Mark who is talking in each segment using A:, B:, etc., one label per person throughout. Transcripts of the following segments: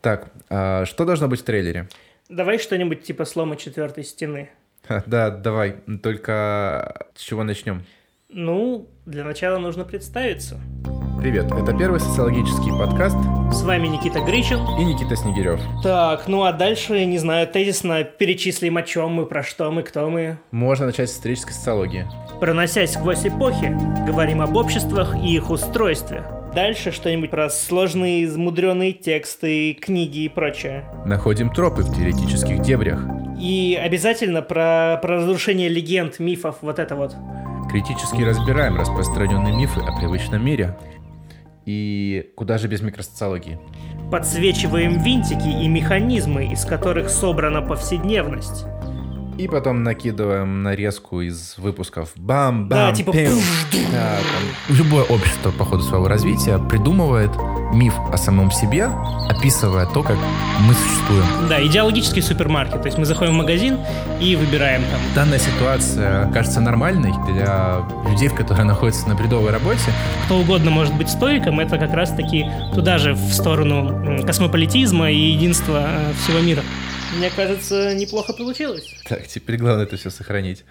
A: Так, а что должно быть в трейлере?
B: Давай что-нибудь типа слома четвертой стены.
A: Ха, Да, давай, только с чего начнем?
B: Ну, для начала нужно представиться.
A: Привет, это первый социологический подкаст
B: С вами Никита Гричин.
A: и Никита Снегирев.
B: Так, ну а дальше, не знаю, тезисно перечислим, о чем мы, про что мы, кто мы.
A: Можно начать с исторической социологии.
B: Проносясь сквозь эпохи, говорим об обществах и их устройстве. Дальше что-нибудь про сложные, мудреные тексты, книги и прочее.
A: Находим тропы в теоретических дебрях.
B: И обязательно про, про разрушение легенд, мифов, вот это вот.
A: Критически разбираем распространенные мифы о привычном мире. И куда же без микросоциологии?
B: Подсвечиваем винтики и механизмы, из которых собрана повседневность.
A: И потом накидываем нарезку из выпусков. Бам, бам,
B: Да, типа
A: пим. Да, там. Любое общество по ходу своего развития придумывает миф о самом себе, описывая то, как мы существуем.
B: Да, идеологический супермаркет. То есть мы заходим в магазин и выбираем там.
A: Данная ситуация кажется нормальной для людей, которые находятся на бредовой работе.
B: Кто угодно может быть стойком, это как раз-таки туда же, в сторону м, космополитизма и единства э, всего мира. Мне кажется, неплохо получилось.
A: Так, теперь главное это все сохранить.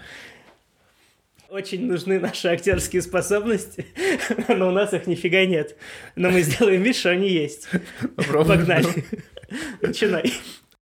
B: Очень нужны наши актерские способности, но у нас их нифига нет. Но мы сделаем вид, что они есть.
A: Попробуем.
B: Погнали. Начинай.